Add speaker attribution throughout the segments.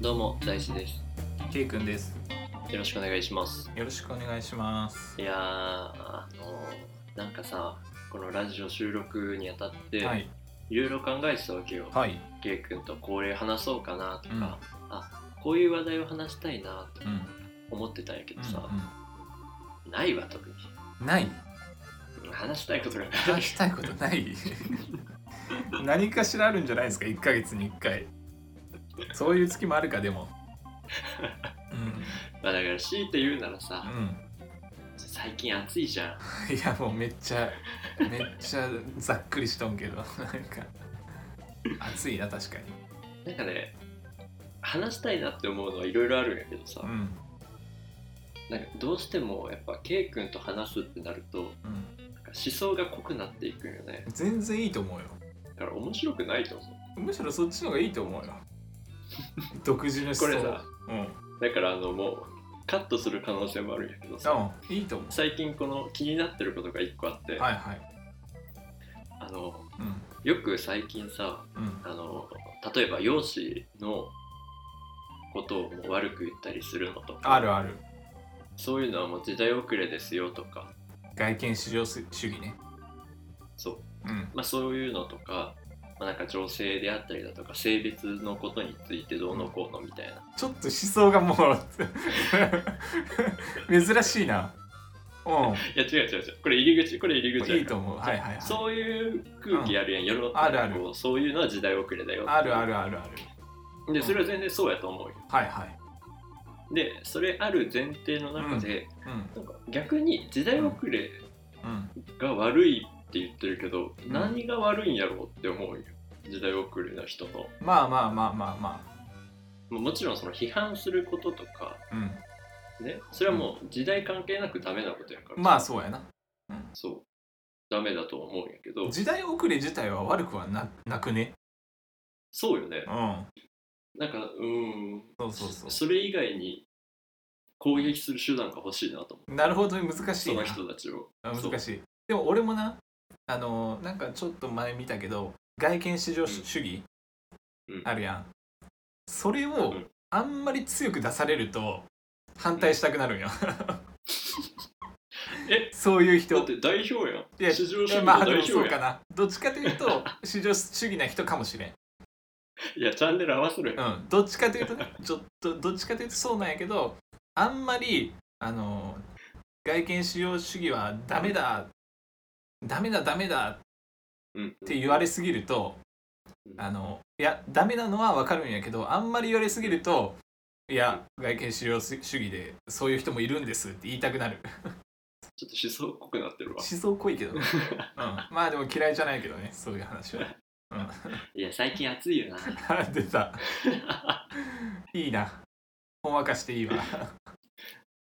Speaker 1: どうも大志です。
Speaker 2: K 君です
Speaker 1: よろしくお願いします。
Speaker 2: よろしくお願いします
Speaker 1: いやーあのーなんかさこのラジオ収録にあたって、、
Speaker 2: はいい
Speaker 1: ろいろ考えてたわけよ。
Speaker 2: はい、
Speaker 1: ケイ君とこれ話そうかなと
Speaker 2: うん
Speaker 1: か、あこういう話題を話したいなと
Speaker 2: うんうん
Speaker 1: 思ってたんやけどさ、
Speaker 2: う
Speaker 1: ないわ特に
Speaker 2: ん、ない
Speaker 1: 話したいことがない。
Speaker 2: 話したいことない 何かしらあるんじゃないですか1ヶ月に1回そういう月もあるかで も
Speaker 1: まあだから強いて言うならさ
Speaker 2: う、ん
Speaker 1: 最近暑いじゃん。
Speaker 2: うんいやもうめっちゃめっちゃざっくりしとんけどなんか暑いな確かに
Speaker 1: なんかね話したいなって思うのはいろいろあるんやけどさ、
Speaker 2: うん
Speaker 1: なんかどうしてもやっぱケイ君と話すってなると。
Speaker 2: うん
Speaker 1: 思想が濃くなっていくよね
Speaker 2: 全然いいと思うよ
Speaker 1: だから面白くないと思
Speaker 2: むしろそっちの方がいいと思うよ独自の思想
Speaker 1: これさ
Speaker 2: うん
Speaker 1: うだからあのもうカットする可能性もあるんやけどさ
Speaker 2: うんいいと思う
Speaker 1: 最近この気になってることが一個あって、
Speaker 2: はいはい
Speaker 1: あの
Speaker 2: うん
Speaker 1: よく最近さ
Speaker 2: うん
Speaker 1: あの例えば容姿のことをもう悪く言ったりするのとか
Speaker 2: あるある
Speaker 1: そういうのはもう時代遅れですよとか
Speaker 2: 外見至上主義ね
Speaker 1: そう
Speaker 2: うん
Speaker 1: まあ、そういうのとか、まあ、なんか女性であったりだとか性別のことについてどうのこうのみたいな
Speaker 2: ちょっと思想がもう 珍しいなう
Speaker 1: いや違う違う違うこれ入り口これ入り
Speaker 2: ん
Speaker 1: 口
Speaker 2: い
Speaker 1: やか
Speaker 2: い
Speaker 1: ら
Speaker 2: と思うはいはいはい
Speaker 1: そういう空気あるやん、世の中
Speaker 2: あるある
Speaker 1: こうそういうのは時代遅れだよ
Speaker 2: あるあるあるある
Speaker 1: でそれは全然そうやと思うよ
Speaker 2: はいはい
Speaker 1: でそれある前提の中で、
Speaker 2: うん
Speaker 1: なんか逆に時代遅れ
Speaker 2: うん
Speaker 1: が悪いって言ってるけど、
Speaker 2: ん
Speaker 1: 何が悪いんやろうって思うよ時代遅れの人の
Speaker 2: まあまあまあまあま
Speaker 1: ももちろんその批判することとか
Speaker 2: あう
Speaker 1: ねそれはもう時代関係なくダメなことやから
Speaker 2: んまあそうやな
Speaker 1: そうダメだと思うんやけど
Speaker 2: 時代遅れ自体は悪くはななくね
Speaker 1: そうよね
Speaker 2: うん
Speaker 1: なんかうーん
Speaker 2: そうそうそう
Speaker 1: それ以外に攻撃する手段が欲しいなと思う
Speaker 2: なるほど難し
Speaker 1: そ
Speaker 2: い
Speaker 1: の
Speaker 2: な
Speaker 1: 人たちを
Speaker 2: あ
Speaker 1: そう
Speaker 2: 難しいでも俺もなあのーなんかちょっと前見たけど外見至上主主義、
Speaker 1: うん
Speaker 2: あるやんそれ
Speaker 1: う
Speaker 2: を
Speaker 1: ん
Speaker 2: あんまり強く出されると反対したくなるんよ
Speaker 1: え
Speaker 2: そういう
Speaker 1: だっ
Speaker 2: 人
Speaker 1: て代表やん
Speaker 2: いや
Speaker 1: 市場主義の
Speaker 2: まあ
Speaker 1: 代
Speaker 2: でも
Speaker 1: 表
Speaker 2: そう
Speaker 1: や
Speaker 2: か
Speaker 1: ん
Speaker 2: などっちかというと至上主義な人かもしれん、
Speaker 1: いやチャンネル合わせるやん
Speaker 2: うん、どっちかというとねちょっとどっちかというとそうなんやけどあんまりあのー外見至上主義はダメだダメだダメだ
Speaker 1: うん
Speaker 2: って言われすぎると
Speaker 1: うん
Speaker 2: あのいやダメなのはわかるんやけどあんまり言われすぎるといや外見主要主義でそういう人もいるんですって言いたくなる
Speaker 1: ちょっと思想っぽくなってるわ
Speaker 2: 思想濃いけどね、うん、 まあでも嫌いじゃないけどねそういう話は、
Speaker 1: いや最近暑いよな
Speaker 2: うん、出 たいいなほんわかしていい わ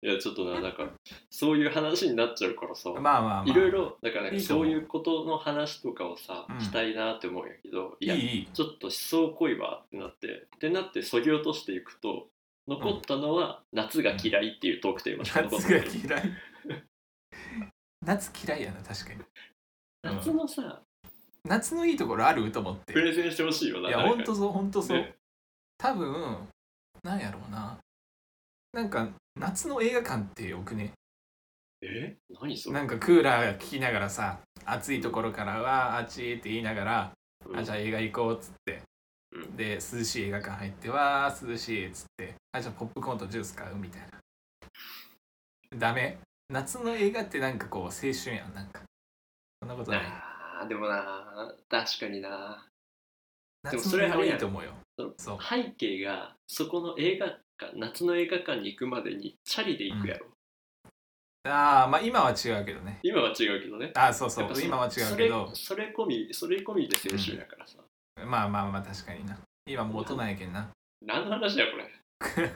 Speaker 1: いやちょっとななんかそういう話になっちゃうからさ
Speaker 2: まあまあまあ
Speaker 1: いろいろだからなんか
Speaker 2: いいと思
Speaker 1: そうういうことの話とかをさ
Speaker 2: うん
Speaker 1: したいなって思うんやけどい
Speaker 2: いい
Speaker 1: や
Speaker 2: いい
Speaker 1: ちょっと思想濃いわってなってってなってそぎ落としていくと残ったのは夏が嫌いっていうトークテーマしか残っ
Speaker 2: 夏
Speaker 1: て
Speaker 2: が
Speaker 1: ない
Speaker 2: 嫌い 夏嫌いやな確かにうん
Speaker 1: 夏のさ
Speaker 2: 夏のいいところあると思って
Speaker 1: プレゼンしてほしいよない
Speaker 2: や
Speaker 1: 誰か
Speaker 2: ほんとそうほんとそう、
Speaker 1: ね
Speaker 2: 多分なんやろうななんか夏の映画館ってよくね
Speaker 1: え何それ
Speaker 2: なんかクーラー聞きながらさ暑いところからはあっちーって言いながら、
Speaker 1: うん
Speaker 2: あじゃあ映画行こうっつって
Speaker 1: うん
Speaker 2: で涼しい映画館入ってわー涼しいっつってあじゃあポップコーンとジュース買うみたいなダメ夏の映画ってなんかこう青春やんなんかそんなことない
Speaker 1: あーでもな確かになでも
Speaker 2: 夏
Speaker 1: そ
Speaker 2: の
Speaker 1: れ
Speaker 2: 映
Speaker 1: あ
Speaker 2: 画
Speaker 1: れ
Speaker 2: い
Speaker 1: やん
Speaker 2: いと思うよそう
Speaker 1: 背景がそこの映画館夏の映画館に行くまでにチャリで行くやろ、
Speaker 2: ああまあ今は違うけどね
Speaker 1: 今は違うけどね
Speaker 2: ああそうそ
Speaker 1: やっ
Speaker 2: う
Speaker 1: ぱそ
Speaker 2: 今は違うけど
Speaker 1: それそれ込みそれ込みで青春やからさ、
Speaker 2: まあまあまあ確かにな今もう大人や けんな
Speaker 1: 何の話だよこれ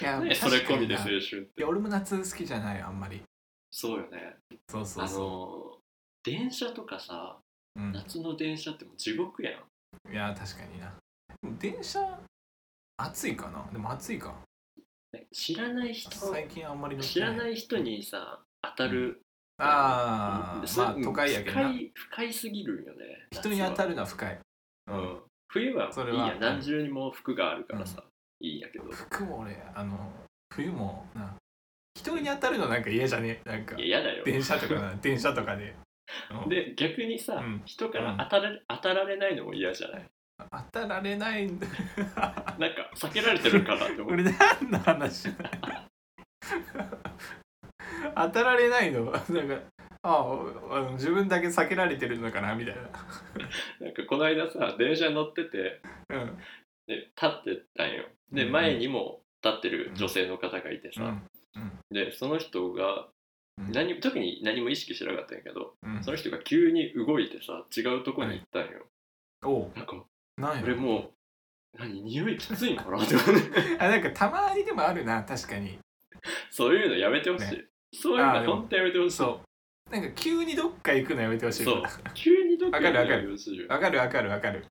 Speaker 2: いや
Speaker 1: ねそれ込みで青
Speaker 2: い
Speaker 1: 春って
Speaker 2: や俺も夏好きじゃないよあんまり
Speaker 1: そうよね
Speaker 2: そうそう
Speaker 1: あ
Speaker 2: そ
Speaker 1: の電車とかさ
Speaker 2: う、うん、
Speaker 1: 夏の電車ってもう地獄やん
Speaker 2: いや確かになでも電車暑いかなでも暑いか
Speaker 1: ね知らない人
Speaker 2: 最近あんまり乗って
Speaker 1: 知ら
Speaker 2: い
Speaker 1: ない人にさ当たる、
Speaker 2: ああ
Speaker 1: そ
Speaker 2: まあ都会やけどな
Speaker 1: 深い深いすぎるよね
Speaker 2: 人に当た
Speaker 1: る
Speaker 2: るのは深い
Speaker 1: うん冬は
Speaker 2: それ
Speaker 1: いい
Speaker 2: は
Speaker 1: や何重にも服があるからさ、いいんやけど
Speaker 2: 服も俺あの冬もな人に当たるのなんか嫌じゃねなんか
Speaker 1: いや嫌だよ
Speaker 2: 電車とかな電車とかでうん
Speaker 1: で逆にさ、
Speaker 2: うん
Speaker 1: 人から当たられ当たられないのも嫌じゃない
Speaker 2: 当たられないんだ
Speaker 1: なんか避けられてるからって思う
Speaker 2: 俺何の話だ当たられないのなんかあああの自分だけ避けられてるのかなみたい
Speaker 1: なんかこの間さ電車乗ってて
Speaker 2: なうん
Speaker 1: で立ってたんよで
Speaker 2: うん
Speaker 1: 前にも立ってる女性の方がいてさ、でその人が
Speaker 2: うん
Speaker 1: 何特に何も意識してなかったんやけど
Speaker 2: うん
Speaker 1: その人が急に動いてさ違うとこに行ったんよ、
Speaker 2: おう
Speaker 1: なんか
Speaker 2: なんや
Speaker 1: 俺もう何匂いきついんかなって思って
Speaker 2: あなんかたまにでもあるな確かに
Speaker 1: そういうのやめてほしい、そういう
Speaker 2: あーで
Speaker 1: の
Speaker 2: も
Speaker 1: ほんとやめてほしい
Speaker 2: そうなんか急にどっか行くのやめてほしい
Speaker 1: そう急にどっかに
Speaker 2: わかるわかる
Speaker 1: やめてほしいよ
Speaker 2: わかるわかるわかる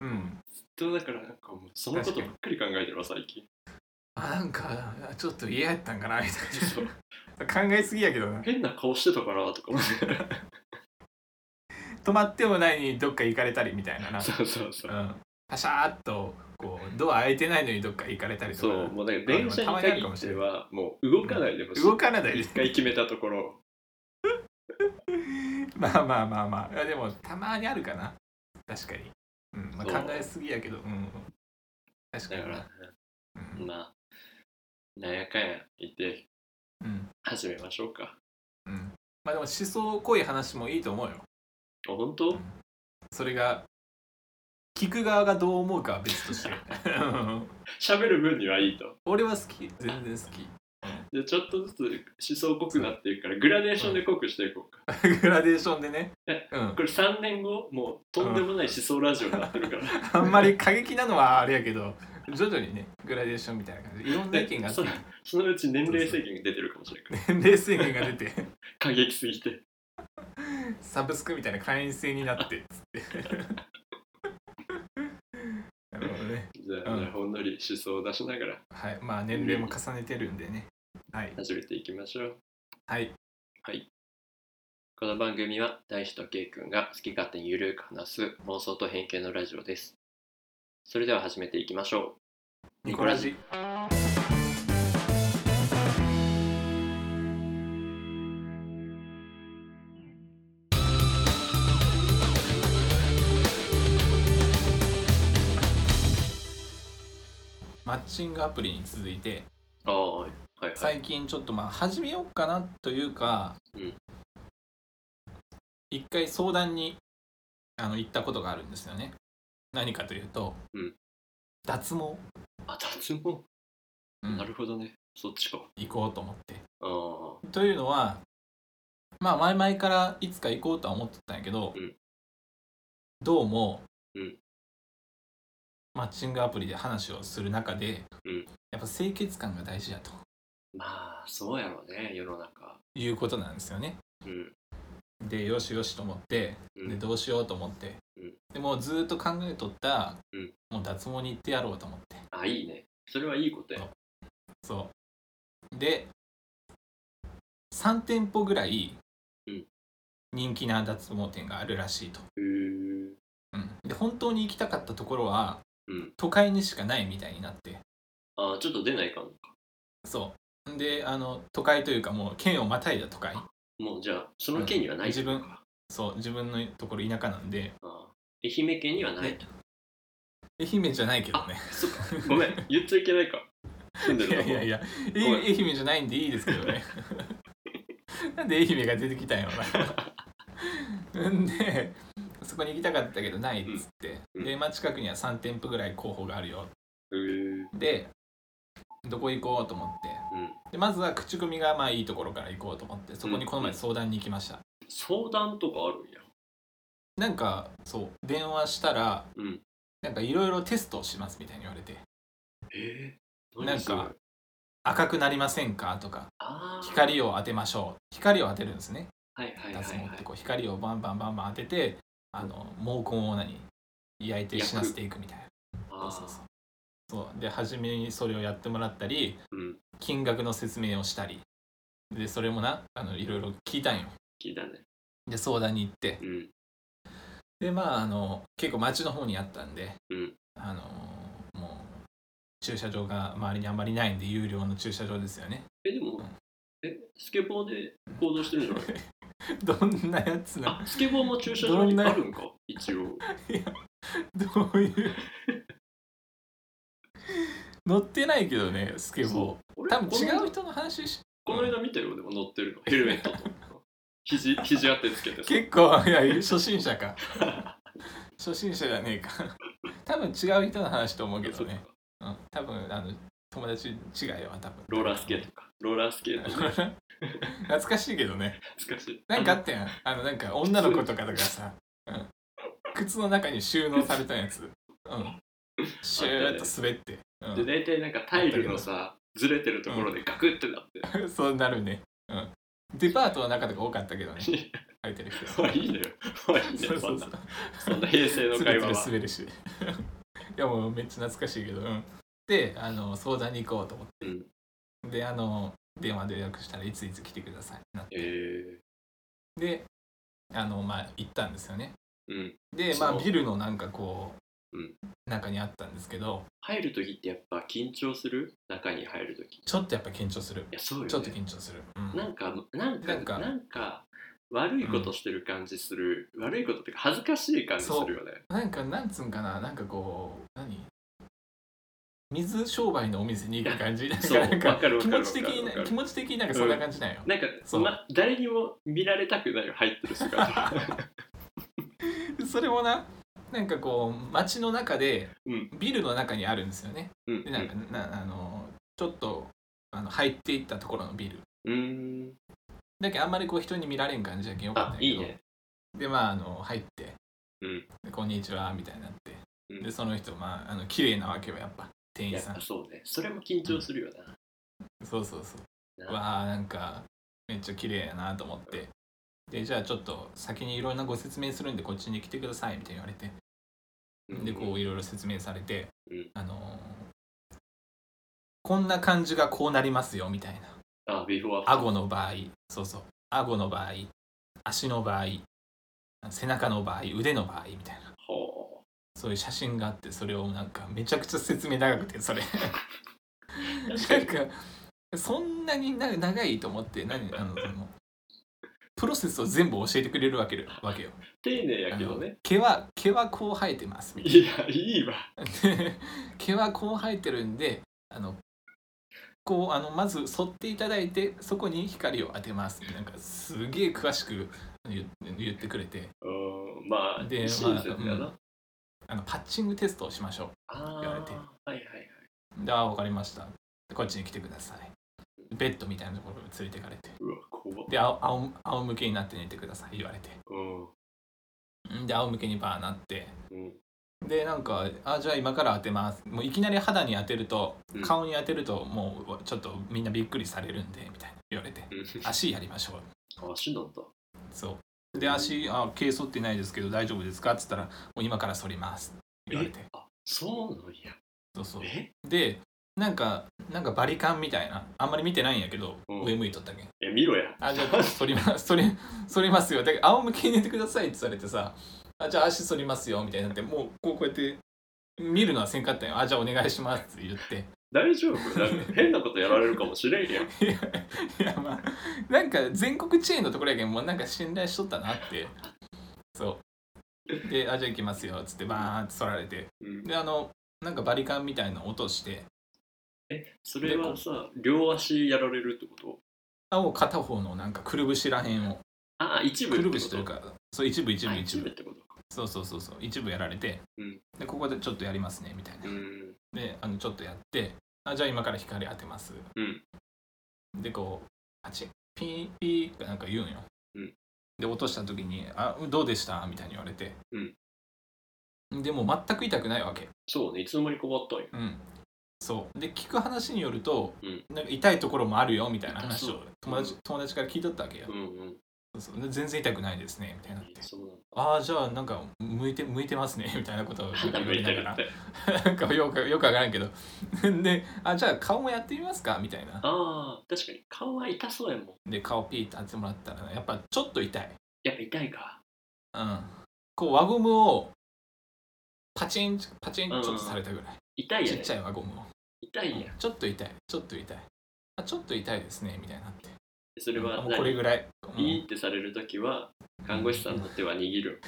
Speaker 2: うん
Speaker 1: ずっとだからなんかもうそのことばっかり考えてるわ最近
Speaker 2: あなんかちょっと嫌やったんかなみた
Speaker 1: そ
Speaker 2: いうな考えすぎやけどな
Speaker 1: 変な顔してたかなとか思って
Speaker 2: 止まってもないのにどっか行かれたりみたいなな
Speaker 1: そうそうそう
Speaker 2: うんパシャーっとこうドア開いてないのにどっか行かれたりと
Speaker 1: そ
Speaker 2: か
Speaker 1: うもうなんか電車に
Speaker 2: あでもたまにあるか
Speaker 1: 限
Speaker 2: も
Speaker 1: っ
Speaker 2: してれな
Speaker 1: はもう動かないでほしい、
Speaker 2: 動かないで
Speaker 1: 一回決めたところ
Speaker 2: まあまあまあまあいやでもたまにあるかな確かに、うんま
Speaker 1: そ
Speaker 2: あ、
Speaker 1: う
Speaker 2: 考えすぎやけど、うん、確か
Speaker 1: だ
Speaker 2: に
Speaker 1: か
Speaker 2: な
Speaker 1: ら、
Speaker 2: うん
Speaker 1: まあなんやかんや言って
Speaker 2: うん
Speaker 1: 始めましょうか
Speaker 2: うん、まあでも思想濃い話もいいと思うよ
Speaker 1: あ本当
Speaker 2: それが聞く側がどう思うかは別として うん
Speaker 1: 喋る分にはいいと
Speaker 2: 俺は好き全然好
Speaker 1: でちょっとずつ思想濃くなっていくからグラデーションで濃くしていこうか、
Speaker 2: きグラデーションでね、うん、
Speaker 1: これ3年後もうとんでもない思想ラジオになってるから
Speaker 2: あんまり過激なのはあれやけど徐々にねグラデーションみたいな感じでいろんな意見があっ
Speaker 1: そ
Speaker 2: て
Speaker 1: うそのうち年齢制限が出てるかもしれないから
Speaker 2: 年齢制限が出て
Speaker 1: 過激すぎて
Speaker 2: サブスクみたいな会員制になってつってなるほどね
Speaker 1: じゃあ、
Speaker 2: うん
Speaker 1: じゃあほんのり思想を出しながら
Speaker 2: はいまあ年齢も重ねてるんでねはい
Speaker 1: 始めていきましょう
Speaker 2: はい
Speaker 1: この番組は大志とケイ君が好き勝手にゆるく話す妄想と偏見のラジオですそれでは始めていきましょう
Speaker 2: ニコラジマッチングアプリに続いて
Speaker 1: ああはいはいはい
Speaker 2: 最近ちょっとまあ始めようかなというか、
Speaker 1: うん
Speaker 2: 一回相談にあの行ったことがあるんですよね何かというと、
Speaker 1: うん
Speaker 2: 脱毛、
Speaker 1: あ脱毛
Speaker 2: うん
Speaker 1: なるほどねそっちか
Speaker 2: 行こうと思って
Speaker 1: ああ
Speaker 2: というのはまあ前々からいつか行こうとは思ってたんやけど、
Speaker 1: うん
Speaker 2: どうも、
Speaker 1: うん
Speaker 2: マッチングアプリで話をする中で、
Speaker 1: うん
Speaker 2: やっぱ清潔感が大事だと
Speaker 1: まあそうやろうね世の中
Speaker 2: いうことなんですよね。
Speaker 1: うん
Speaker 2: でよしよしと思って
Speaker 1: う
Speaker 2: で
Speaker 1: ん
Speaker 2: どうしようと思って、
Speaker 1: うん
Speaker 2: でもうずーっと考えとった、
Speaker 1: うん
Speaker 2: もう脱毛に行ってやろうと思って
Speaker 1: あいいねそれはいいことや
Speaker 2: そうで3店舗ぐらい
Speaker 1: うん
Speaker 2: 人気な脱毛店があるらしいと、
Speaker 1: へー
Speaker 2: うんで本当に行きたかったところは
Speaker 1: うん
Speaker 2: 都会にしかないみたいになって
Speaker 1: あちょっと出ないかん
Speaker 2: そうんであの都会というかもう県をまたいだ都会
Speaker 1: もうじゃあその県にはない
Speaker 2: 自分
Speaker 1: か
Speaker 2: そう自分のところ田舎なんで
Speaker 1: あ愛媛県にはないと
Speaker 2: 愛媛じゃないけど
Speaker 1: あ
Speaker 2: ね
Speaker 1: そっかごめん言っちゃいけないか住んで
Speaker 2: い
Speaker 1: る
Speaker 2: や
Speaker 1: とこ
Speaker 2: いやいや、え
Speaker 1: ごめん
Speaker 2: 愛媛じゃないんでいいですけ どね。なんで愛媛が出てきたんやろな。んで、そこに行きたかったけどないっつって、
Speaker 1: うんうん
Speaker 2: で、まあ、近くには3店舗ぐらい候補があるよ。
Speaker 1: へー
Speaker 2: で、どこ行こうと思って、
Speaker 1: うん
Speaker 2: でまずは口コミがまあいいところから行こうと思って、そこにこの前
Speaker 1: うん
Speaker 2: 相談に行きました。
Speaker 1: 相談とかあるんや
Speaker 2: なんか、そう、電話したら、
Speaker 1: うん
Speaker 2: なんかいろいろテストをしますみたいに言われて、
Speaker 1: えー、
Speaker 2: なんか赤くなりませんかとか、
Speaker 1: を
Speaker 2: 光を当てましょう。光を当てるんですね。
Speaker 1: はいはいはい
Speaker 2: 脱毛っ
Speaker 1: は
Speaker 2: て
Speaker 1: い
Speaker 2: こう光をバンバンバンバン当ててあの毛根を何焼いて死なせていくみたい
Speaker 1: あ
Speaker 2: な
Speaker 1: ー
Speaker 2: そうそうそうそうで初めにそれをやってもらったり
Speaker 1: うん
Speaker 2: 金額の説明をしたりでそれもなあのいろいろ聞いたんよ
Speaker 1: 聞いたね
Speaker 2: で相談に行って
Speaker 1: うん
Speaker 2: でまああの結構町の方にあったんで、
Speaker 1: うん
Speaker 2: あのもう駐車場が周りにあんまりないんで有料の駐車場ですよね
Speaker 1: え、でも、え、スケボーで行動してるんじゃない
Speaker 2: どんなやつな
Speaker 1: あ、スケボーも駐車場にあるんか一応。
Speaker 2: どういう乗ってないけどねスケボー
Speaker 1: 俺
Speaker 2: 多分違
Speaker 1: この
Speaker 2: う人の話し
Speaker 1: この間見たよ、でも乗ってるの。ヘルメットと。肘、肘当てつけ てさ。
Speaker 2: 結構いや初心 者か初心者じゃねえか多分違う人の話と思うけどね、うん、多分あの友達違いは多分
Speaker 1: ローラースケートか。ローラースケート。
Speaker 2: 懐かしいけどね
Speaker 1: 懐かしい。
Speaker 2: なんかあったやんあのなんか女の子とかとかさ、うん、靴の中に収納された やつ、うん、シューッと滑って、
Speaker 1: で、大体なんかタイルのさ、ずれてるところでガクってなって。
Speaker 2: うん、 そうなるね、うん、デパートの中とか多かったけどね入ってる人
Speaker 1: まあ いいのよ。まあいいの
Speaker 2: そう
Speaker 1: よ、そ
Speaker 2: そ
Speaker 1: ん
Speaker 2: う
Speaker 1: な
Speaker 2: そう。
Speaker 1: そんな平成の
Speaker 2: つ
Speaker 1: 会
Speaker 2: る
Speaker 1: 話は
Speaker 2: つる。滑るし いやもうめっちゃ懐かしいけど、うん、であの相談に行こうと思って、であの電話で予約したらいついつ来てくださいってなって
Speaker 1: え
Speaker 2: であのまあ行ったんですよね
Speaker 1: ー、うん。
Speaker 2: でまあ
Speaker 1: そう
Speaker 2: ビルのなんかこう、
Speaker 1: うん
Speaker 2: 中にあったんですけど
Speaker 1: 入るときってやっぱ緊張する中に入るとき。い
Speaker 2: ちょっとやっぱ緊張する
Speaker 1: や、そうよ、ね。
Speaker 2: ちょっと緊張する、うん
Speaker 1: なんか、なんか、
Speaker 2: な
Speaker 1: なんん
Speaker 2: か
Speaker 1: か、悪いことしてる感じする、悪いことっていうか、恥ずかしい感じするよね。
Speaker 2: なんかなんつうんかななんかこう何水商売のお店に行く感じなん
Speaker 1: そう
Speaker 2: かなんか
Speaker 1: わかるわ
Speaker 2: 気
Speaker 1: かるわ
Speaker 2: 持
Speaker 1: かる
Speaker 2: ち的に
Speaker 1: わか
Speaker 2: な
Speaker 1: る
Speaker 2: 気持ち的になんかそんな感じなんよ、
Speaker 1: なんか、
Speaker 2: そう
Speaker 1: ま、誰にも見られたくないよ、入ってる姿。
Speaker 2: それもななんかこう街の中で、
Speaker 1: うん
Speaker 2: ビルの中にあるんですよね
Speaker 1: うん
Speaker 2: でなんか、なあのちょっとあの入っていったところのビル
Speaker 1: うん。うん。
Speaker 2: だけどあんまりこう人に見られん感じだけどよかった
Speaker 1: あ
Speaker 2: んや、けど
Speaker 1: いいね。
Speaker 2: でまああの入って、
Speaker 1: うん
Speaker 2: でこんにちはみたいになって、
Speaker 1: うん
Speaker 2: でその人まああの綺麗なわけよやっぱ店員
Speaker 1: や
Speaker 2: さ
Speaker 1: っ
Speaker 2: ん
Speaker 1: ぱそうね。それも緊張するよな。
Speaker 2: そうそうそう
Speaker 1: な
Speaker 2: わあなんかめっちゃ綺麗やなと思ってでじゃあちょっと先にいろんなご説明するんでこっちに来てくださいみたいに言われて
Speaker 1: うん
Speaker 2: でこういろいろ説明されて、
Speaker 1: うん
Speaker 2: あのーこんな感じがこうなりますよみたいな
Speaker 1: あ、ビフォーアフ
Speaker 2: 顎の場合そうそう顎の場合足の場合背中の場合腕の場合みたいな
Speaker 1: ター。ほ
Speaker 2: そういう写真があってそれをなんかめちゃくちゃ説明長くてそれ
Speaker 1: う確か
Speaker 2: なん
Speaker 1: に。
Speaker 2: かそんなにな長いと思って何あのそのプロセスを全部教えてくれるわけるわけよ
Speaker 1: 丁寧や
Speaker 2: あ
Speaker 1: けど
Speaker 2: の
Speaker 1: ね。
Speaker 2: 毛は毛はこう生えてますみたいない
Speaker 1: や、いいわ。
Speaker 2: で 毛はこう生えてるんであのこうあのまず剃っていただいてそこに光を当てますなんかすげえ詳しく言言ってくれて
Speaker 1: うん、まあ、
Speaker 2: で
Speaker 1: 親切やな。
Speaker 2: まあのパッチングテストをしましょ
Speaker 1: あ
Speaker 2: 言わ
Speaker 1: あ
Speaker 2: れて
Speaker 1: ー、はいはいはい。
Speaker 2: うでああ分かりましたでこっちに来てくださいベッドみたいなところに連れてかれて
Speaker 1: うわ、怖っ。
Speaker 2: で青仰仰向けになって寝てください言われて
Speaker 1: うん。
Speaker 2: で仰向けにバーなって
Speaker 1: うん
Speaker 2: でなんかあじゃあ今から当てますもういきなり肌に当てると
Speaker 1: うん
Speaker 2: 顔に当てるともうちょっとみんなびっくりされるんでみたいな言われて
Speaker 1: うん
Speaker 2: 足やりましょう
Speaker 1: 足なんだ。
Speaker 2: そうで足あ毛剃ってないですけど大丈夫ですかっつったらもう今から剃ります言われて
Speaker 1: あ、そうなんや。
Speaker 2: そうそう
Speaker 1: え
Speaker 2: でなんかなんかバリカンみたいなあんまり見てないんやけど、
Speaker 1: うん
Speaker 2: 上向いとったけん
Speaker 1: え、見ろや。
Speaker 2: あじゃあ剃ります剃り剃りますよだから仰向けに寝てくださいって言われてさあじゃあ足剃りますよみたいになってもうこうこうやって見るのはせんかったんよあじゃあお願いしますって言って
Speaker 1: 大丈夫なんか変なことやられるかもしれんやん。
Speaker 2: いやいやまあなんか全国チェーンのところやけんもうなんか信頼しとったなってそうで「あじゃあ行きますよ」っつってバーンって剃られて
Speaker 1: うん
Speaker 2: であのなんかバリカンみたいなの落として
Speaker 1: え、それはさ、両足やられるってこと
Speaker 2: あもう片方のなんかくるぶしらへんを
Speaker 1: あ、一部
Speaker 2: く
Speaker 1: って
Speaker 2: る
Speaker 1: こ
Speaker 2: ぶ
Speaker 1: と
Speaker 2: しというかそう一部一
Speaker 1: あ
Speaker 2: 部
Speaker 1: 一
Speaker 2: 一
Speaker 1: 部っ
Speaker 2: 部
Speaker 1: てことか。
Speaker 2: そうそうそうそう一部やられて、
Speaker 1: うん
Speaker 2: でここでちょっとやりますねみたいな
Speaker 1: うん。
Speaker 2: であのちょっとやってあじゃあ今から光当てます、
Speaker 1: うん
Speaker 2: でこうパチンピーピーってなんか言うんよ、
Speaker 1: うん
Speaker 2: で落とした時に「あどうでした?」みたいに言われて、でもう全く痛くないわけ、
Speaker 1: そうね、いつの間に変わったんや。
Speaker 2: うん、そうで聞く話によると、
Speaker 1: うん
Speaker 2: なんか痛いところもあるよみたいな話
Speaker 1: あ
Speaker 2: を
Speaker 1: そう
Speaker 2: 友達,、友達から聞いとったわけよ
Speaker 1: う、んうん。
Speaker 2: そうそうで全然痛くないですねみたいになって
Speaker 1: そうなんだ
Speaker 2: 「ああじゃあなんか向いて向いてますね」 みたい なことを
Speaker 1: なんだ
Speaker 2: 言わ
Speaker 1: 向
Speaker 2: れ
Speaker 1: いて
Speaker 2: なが
Speaker 1: る
Speaker 2: ら
Speaker 1: って。
Speaker 2: なんかよくよくわからんけど であじゃあ顔もやってみますかみたいな
Speaker 1: ああ、確かに顔は痛そうやもん。
Speaker 2: で顔ピーって当ててもらったらやっぱちょっと痛い
Speaker 1: やっぱ痛いか。
Speaker 2: うんこう輪ゴムをパチンパチンちょっとされたぐらい、
Speaker 1: 痛いや
Speaker 2: ち
Speaker 1: ん
Speaker 2: っちゃい輪ゴムを
Speaker 1: 痛いやん
Speaker 2: ちょっと痛いちょっと痛いあちょっと痛いですねみたいになって
Speaker 1: それは
Speaker 2: もうこれ
Speaker 1: 何
Speaker 2: ぐらい、うん
Speaker 1: いいってされる時は看護師さんの手は握る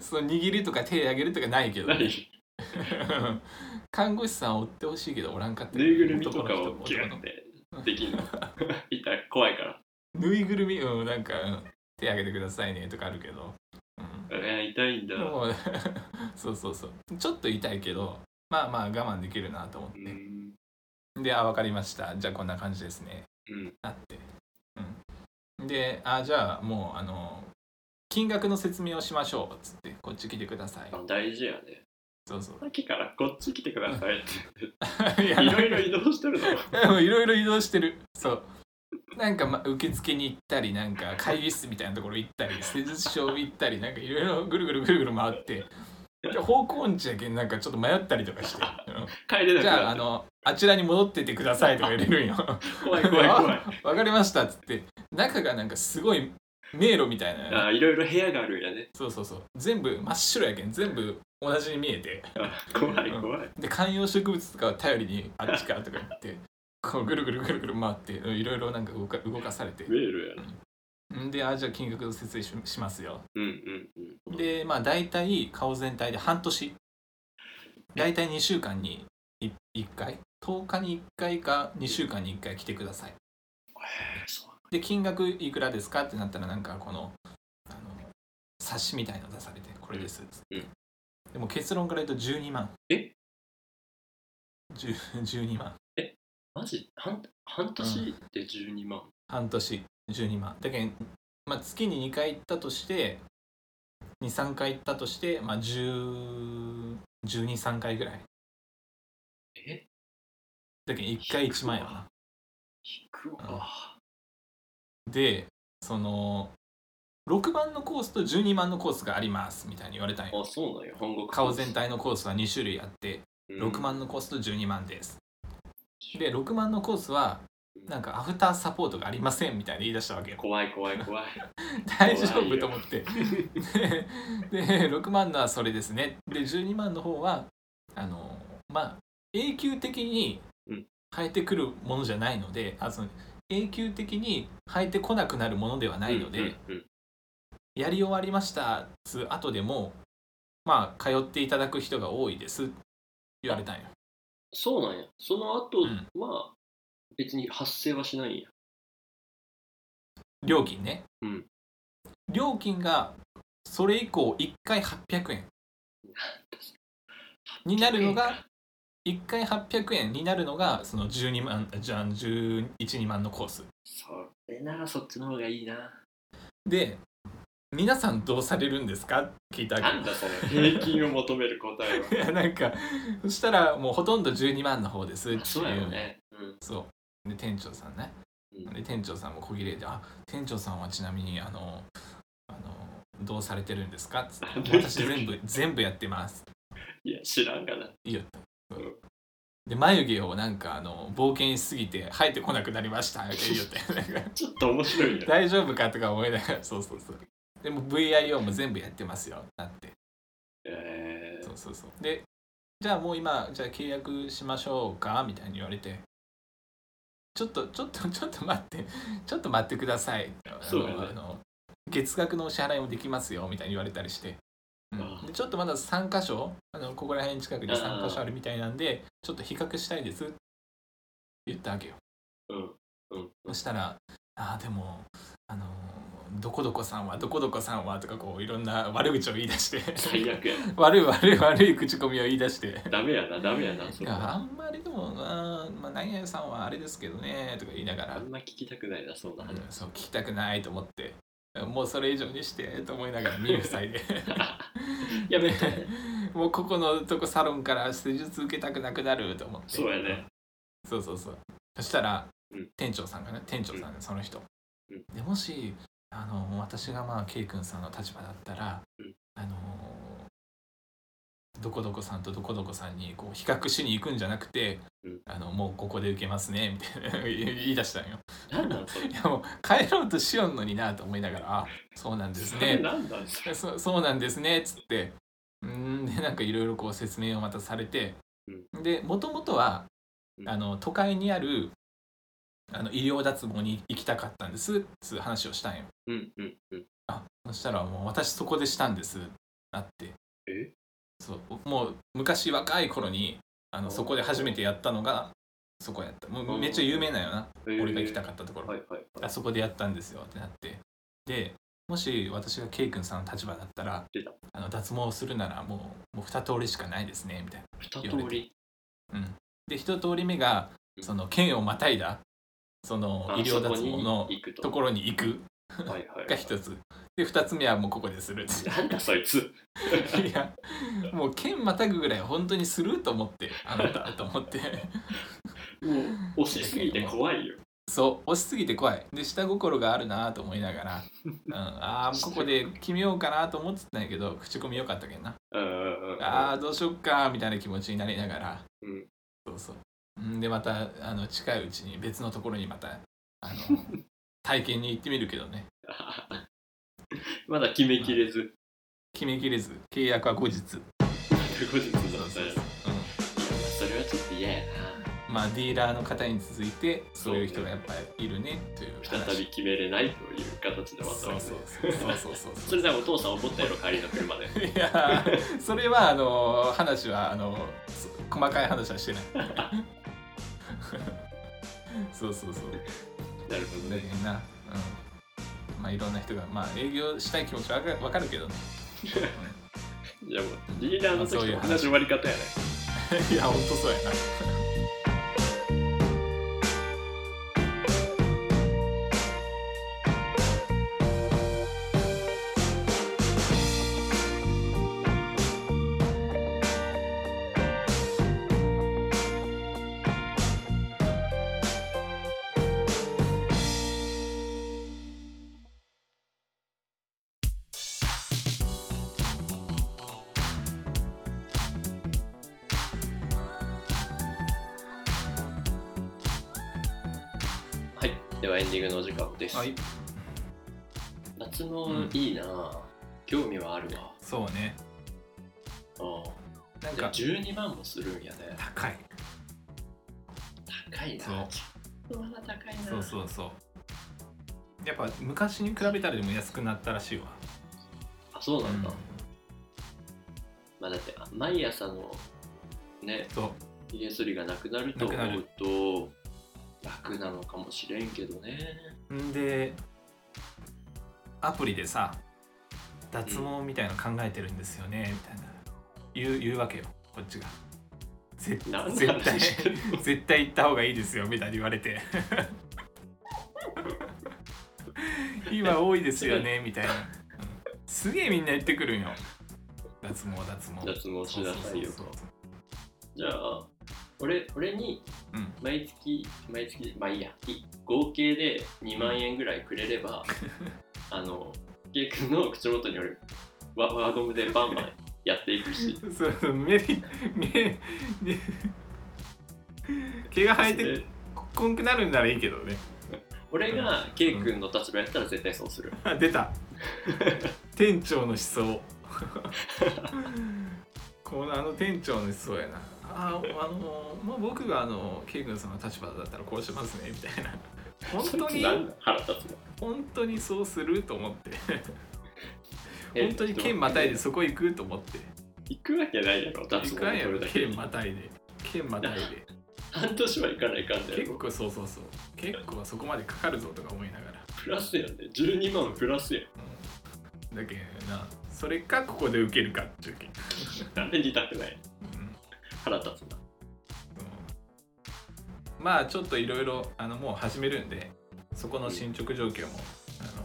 Speaker 2: その握るとか手上げるとかないけど、
Speaker 1: 何
Speaker 2: ね、 看護師さん追ってほしいけどおらんかった
Speaker 1: ぬいぐるみとかを
Speaker 2: 男の人
Speaker 1: ギュ
Speaker 2: 男の
Speaker 1: ンってできんの痛い怖いから
Speaker 2: ぬいぐるみうんなんか、うん手挙げてくださいねとかあるけど、うん、
Speaker 1: えー痛いんだ
Speaker 2: でも そうそうそうちょっと痛いけどまあまあ我慢できるなと思っ
Speaker 1: う
Speaker 2: て、
Speaker 1: ん
Speaker 2: であ分かりましたじゃあこんな感じですね
Speaker 1: うん
Speaker 2: なって、うん、であじゃあもうあの金額の説明をしましょうつってこっち来てください
Speaker 1: あ大事やね
Speaker 2: そうそう
Speaker 1: さっきからこっち来てくださいって
Speaker 2: い や
Speaker 1: いろいろ移動してるの
Speaker 2: も ういろいろ移動してるそうなんか、ま、受付に行ったりなんか会議室みたいなところ行ったり施術所行ったりなんかいろいろぐるぐるぐるぐる回ってで方向音痴やけんなんかちょっと迷ったりとかしてう
Speaker 1: 帰れ
Speaker 2: ん
Speaker 1: なく
Speaker 2: じゃあ
Speaker 1: な
Speaker 2: あ
Speaker 1: っ
Speaker 2: のあちらに戻っててくださいとか入れるんよ
Speaker 1: た怖い怖い怖い
Speaker 2: わかりましたっつって中がなんかすごい迷路みたいな
Speaker 1: あいろいろ部屋があるんやね
Speaker 2: そうそうそう全部真っ白やけん全部同じに見えて
Speaker 1: あ怖い怖い
Speaker 2: で観葉植物とかを頼りにあっちかとか言ってこうぐるぐるぐるぐる回ってうんいろいろなんか動か動かされて
Speaker 1: 迷路やな
Speaker 2: うんであじゃあ金額の説明ししますよ
Speaker 1: うんうんうん
Speaker 2: でまあ大体顔全体で半年大体2週間に 1, 回10日に1回か2週間に1回来てください
Speaker 1: へーそう
Speaker 2: で金額いくらですかってなったらなんかこのあの冊子みたいの出されてこれですっつって、
Speaker 1: うん
Speaker 2: でも結論から言うと12万
Speaker 1: え
Speaker 2: 10 12万
Speaker 1: マジ半半年で12万、
Speaker 2: 半年12万だけど、まあ、月に2回行ったとして23回行ったとして、まあ、12123回ぐらい
Speaker 1: え
Speaker 2: だけど1回1万円な
Speaker 1: 引くわ、
Speaker 2: でその6番のコースと12万のコースがありますみたいに言われたんよ
Speaker 1: あそうなんや本国
Speaker 2: 顔全体のコースは2種類あって6
Speaker 1: うん
Speaker 2: 万のコースと12万ですで6万のコースはなんかアフターサポートがありませんみたいに言い出したわけよ
Speaker 1: 怖い怖い怖い
Speaker 2: 大丈夫と思ってでで6万のはそれですねで12万の方はあのまあ永久的に
Speaker 1: うん
Speaker 2: 生えてくるものじゃないので、あその永久的に生えてこなくなるものでは ないので、
Speaker 1: うんうん
Speaker 2: やり終わりましたつ後でもまあ通っていただく人が多いです言われたんよ
Speaker 1: そうなんやその後
Speaker 2: うん
Speaker 1: は別に発生はしないんや
Speaker 2: 料金ね、
Speaker 1: うん
Speaker 2: 料金がそれ以降1回800円 になるのが1回800円になるのがその12万じゃあ112万のコース
Speaker 1: それなそっちの方がいいな
Speaker 2: で皆さんどうされるんですかって聞いたわ
Speaker 1: なんだそれ平均を求める答えは
Speaker 2: けいやなんかそしたらもうほとんど12万の方ですってい
Speaker 1: そうやよねうん
Speaker 2: そうで店長さんね
Speaker 1: うん
Speaker 2: で店長さんも小切れで「あ店長さんはちなみにあのあのどうされてるんですか?」っつっ
Speaker 1: 何
Speaker 2: て「私全部全部やってます
Speaker 1: いや知らんがな」
Speaker 2: で眉毛をなんかあの冒険しすぎて生えてこなくなりましたって言うてなんか
Speaker 1: ちょっと面白い んや
Speaker 2: 大丈夫かとか思いながらそうそうそうでも VIO も全部やってますよなって
Speaker 1: え
Speaker 2: そうそうそうでじゃあもう今じゃあ契約しましょうかみたいに言われてちょっとちょっとちょ っと待ってちょっと待ってくださいあの
Speaker 1: そうだね
Speaker 2: あの月額のお支払いもできますよみたいに言われたりして、うん
Speaker 1: ああ
Speaker 2: でちょっとまだ3箇所あのここら辺近くに3箇所あるみたいなんでちょっと比較したいですって言ったわけよ
Speaker 1: ー、うんうん
Speaker 2: そしたら「ああでもあのどこどこさんはどこどこさんは」とかこういろんな悪口を言い出して
Speaker 1: 最悪やな
Speaker 2: 悪い悪い悪い口コミを言い出して
Speaker 1: ダメやなダメやなそ れ
Speaker 2: いや
Speaker 1: は
Speaker 2: あんまりでもな、まあ、何々さんはあれですけどねとか言いながら、
Speaker 1: あ
Speaker 2: うん
Speaker 1: んま聞きたくないなそんな話
Speaker 2: そう聞きたくないと思ってもうそれ以上にしてと思いながら耳塞 いで
Speaker 1: やめて
Speaker 2: もうここのとこサロンから施術受けたくなくなると思って
Speaker 1: そうやね
Speaker 2: そうそうそうそしたら、
Speaker 1: うん
Speaker 2: 店長さんがね店長さんね、その人、
Speaker 1: うん
Speaker 2: でもしあの私がまあ K 君さんの立場だったら、
Speaker 1: うん
Speaker 2: あのどこどこさんとどこどこさんにこう比較しに行くんじゃなくて、
Speaker 1: うん
Speaker 2: あのもうここで受けますねみたいな 言い出したんよ。
Speaker 1: 何なんそれ
Speaker 2: いやもう帰ろうとしよんのになと思いながら「あそうなんです
Speaker 1: それ
Speaker 2: ね
Speaker 1: 何なんそれ
Speaker 2: そそうなんですね」っつってうーんでなんかいろいろこう説明をまたされて、でもともとは
Speaker 1: うん
Speaker 2: あの都会にあるあの医療脱毛に行きたかったんですっつう話をしたんよ。
Speaker 1: うんうんうん
Speaker 2: あそしたらもう私そこでしたんですなって
Speaker 1: え
Speaker 2: そうもう昔若い頃にあの
Speaker 1: おー
Speaker 2: そこで初めてやったのがそこやったもうめっちゃ有名なんよな俺が行きた
Speaker 1: か
Speaker 2: かったところ。
Speaker 1: はいはいは
Speaker 2: あ
Speaker 1: い
Speaker 2: そこでやったんですよってなってでもし私がケイ君さんの立場だったら
Speaker 1: 出た
Speaker 2: あの脱毛するならもうもう2通りしかないですねみたい
Speaker 1: 二通り
Speaker 2: な、うん、で1通り目が
Speaker 1: うん
Speaker 2: その県をまたいだその医療脱毛の
Speaker 1: 行く
Speaker 2: ところに行く
Speaker 1: ろはいはい
Speaker 2: が1つで2つ目はもうここでするっ て
Speaker 1: なんだそいつ
Speaker 2: いやもう県またぐぐらい本当にすると思ってあな たと思って
Speaker 1: もう押しすぎて怖いよ
Speaker 2: そう押しすぎて怖いで下心があるなと思いながら、うん、ああここで決めようかなと思ってたんやけど口コミ良かったけんな
Speaker 1: うんうんうんうん
Speaker 2: ああどうしよっかみたいな気持ちになりながら
Speaker 1: うん
Speaker 2: そうそううんでまたあの近いうちに別のところにまた あの体験に行ってみるけどね
Speaker 1: まだ決めきれず
Speaker 2: 決めきれず契約は後日そう
Speaker 1: 後日だ
Speaker 2: そう
Speaker 1: った
Speaker 2: そう
Speaker 1: よ、 それはちょっと嫌やな
Speaker 2: うん、まあディーラーの方に続いてそういう人がやっぱりいるねという話
Speaker 1: 再び決めれないという形で
Speaker 2: そ
Speaker 1: ま
Speaker 2: う
Speaker 1: た
Speaker 2: そ
Speaker 1: 終わ
Speaker 2: う
Speaker 1: る
Speaker 2: そうそうそうそう
Speaker 1: それでお父さん怒ったやろ帰りの車 で
Speaker 2: いやーそれはあのー話はあのーそ細かい話はし てないそうそうそう
Speaker 1: なるほど
Speaker 2: 大
Speaker 1: ね
Speaker 2: 変なうんまあいろんな人がまあ営業したい気持ちはわかわかるけどね
Speaker 1: いやもうリーダーの時と同じ終わり方やね
Speaker 2: いやほんとそうやな
Speaker 1: はいではエンディングのお時間です、
Speaker 2: はい
Speaker 1: 夏のいいなぁ興味はあるわ
Speaker 2: そうね
Speaker 1: あ
Speaker 2: なん
Speaker 1: あ
Speaker 2: か
Speaker 1: 12万もするんやね
Speaker 2: 高い
Speaker 1: 高いな
Speaker 2: そう
Speaker 1: ちょっとまだ高いな
Speaker 2: そうそうそうやっぱ昔に比べたらでも安くなったらしいわ
Speaker 1: あそうなんだ、
Speaker 2: うん
Speaker 1: まあだって毎朝のね
Speaker 2: そう
Speaker 1: ひげ剃りがなくなると思
Speaker 2: なくな
Speaker 1: う
Speaker 2: る
Speaker 1: と楽なのかもしれんけどね
Speaker 2: んでアプリでさ脱毛みたいなの考えてるんですよね、みたいな言う言うわけよこっちがぜ
Speaker 1: 何の
Speaker 2: 絶対
Speaker 1: 話してん
Speaker 2: 絶対行った方がいいですよみたいに言われて 今多いですよ ねみたいなうんすげえみんな言ってくるんよ脱毛脱毛
Speaker 1: 脱毛しなさいよ
Speaker 2: そうそうそう
Speaker 1: じゃあ俺俺に
Speaker 2: うん
Speaker 1: 毎月、毎月まあいいやい合計で2万円ぐらいくれればあのケイ君の口元に俺ワワードムでバンバンやっていくし
Speaker 2: そうそう目に目に毛が生えて
Speaker 1: で
Speaker 2: こんくなるんならいいけどね
Speaker 1: 俺がケイ君の立場やったら絶対そうする
Speaker 2: あ出た店長の思想このあの店長の思想やなああのまあ僕があのケイ君さんの立場だったらこうしますねみたいな本当
Speaker 1: そい
Speaker 2: に
Speaker 1: つなんだ腹立つな
Speaker 2: 本当にそうすると思って
Speaker 1: え
Speaker 2: 本当に県またいでそこ行くと思って
Speaker 1: 行くわけないやろ脱
Speaker 2: 行
Speaker 1: 毛
Speaker 2: かん
Speaker 1: 取
Speaker 2: やろ
Speaker 1: るだけ
Speaker 2: 県またいで県またい で
Speaker 1: 半年は行かないかんだ
Speaker 2: 結
Speaker 1: よ
Speaker 2: 構そうそうそう結構そこまでかかるぞとか思いながら
Speaker 1: プラスやね12万プラスや
Speaker 2: うんだけどなそれかここで受けるかっちゅうけん
Speaker 1: 誰にたくない
Speaker 2: うん
Speaker 1: 腹立つな
Speaker 2: うんまあちょっといろいろあのもう始めるんでそこの進捗状況も、あの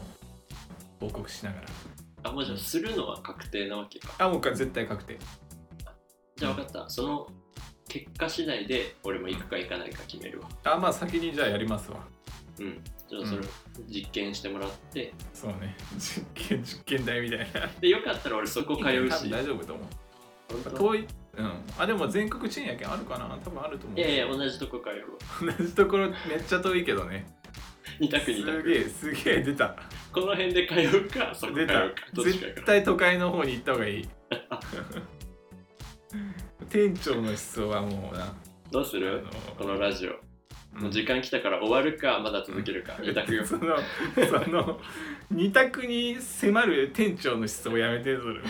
Speaker 2: 報告しながら
Speaker 1: あもうじゃあするのは確定なわけか
Speaker 2: あもうか絶対確定
Speaker 1: じゃあ分かったその結果次第で俺も行くか行かないか決めるわ
Speaker 2: あまあ先にじゃあやりますわ
Speaker 1: うんじゃあそれを実験してもらって
Speaker 2: そうね実験実験台みたいな
Speaker 1: でよかったら俺そこ通う
Speaker 2: 多分
Speaker 1: し
Speaker 2: 大丈夫と思う
Speaker 1: 本当
Speaker 2: 遠いうんあでも全国チェーンやけんあるかな多分あると思う
Speaker 1: いやいや、同じとこ通う。
Speaker 2: 同じところめっちゃ遠いけどね
Speaker 1: 二
Speaker 2: す
Speaker 1: 択二
Speaker 2: げ
Speaker 1: 択。
Speaker 2: えすげえ出た
Speaker 1: この辺で通うか、そこ通
Speaker 2: 出
Speaker 1: うか
Speaker 2: た。
Speaker 1: どっちかやか
Speaker 2: 絶
Speaker 1: ら
Speaker 2: 対都会の方に行った方がいい 店長の思想はもうな
Speaker 1: どうす
Speaker 2: あ
Speaker 1: るこのラジオ。
Speaker 2: うん
Speaker 1: もう時間来たから終わるか、まだ続けるか。二択よ。
Speaker 2: そのその二択に迫る店長の思想をやめ てそれ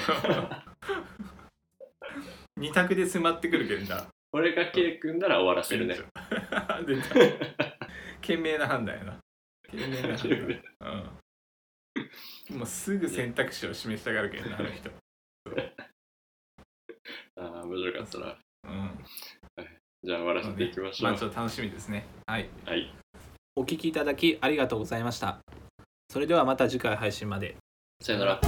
Speaker 2: 二択で迫ってくるけんだ
Speaker 1: 俺が K 君なら終わらせるね。
Speaker 2: 出た賢明な判断やな賢明な判断、うん、もうすぐ選択肢を示したがるけんなあの人、
Speaker 1: ああ、面白かったな。
Speaker 2: うん
Speaker 1: じゃあ終わらせていきましょ
Speaker 2: ま
Speaker 1: う
Speaker 2: あ、。ちょっと楽しみですねはい
Speaker 1: はい。
Speaker 2: お聞きいただきありがとうございましたそれではまた次回配信まで
Speaker 1: さよなら。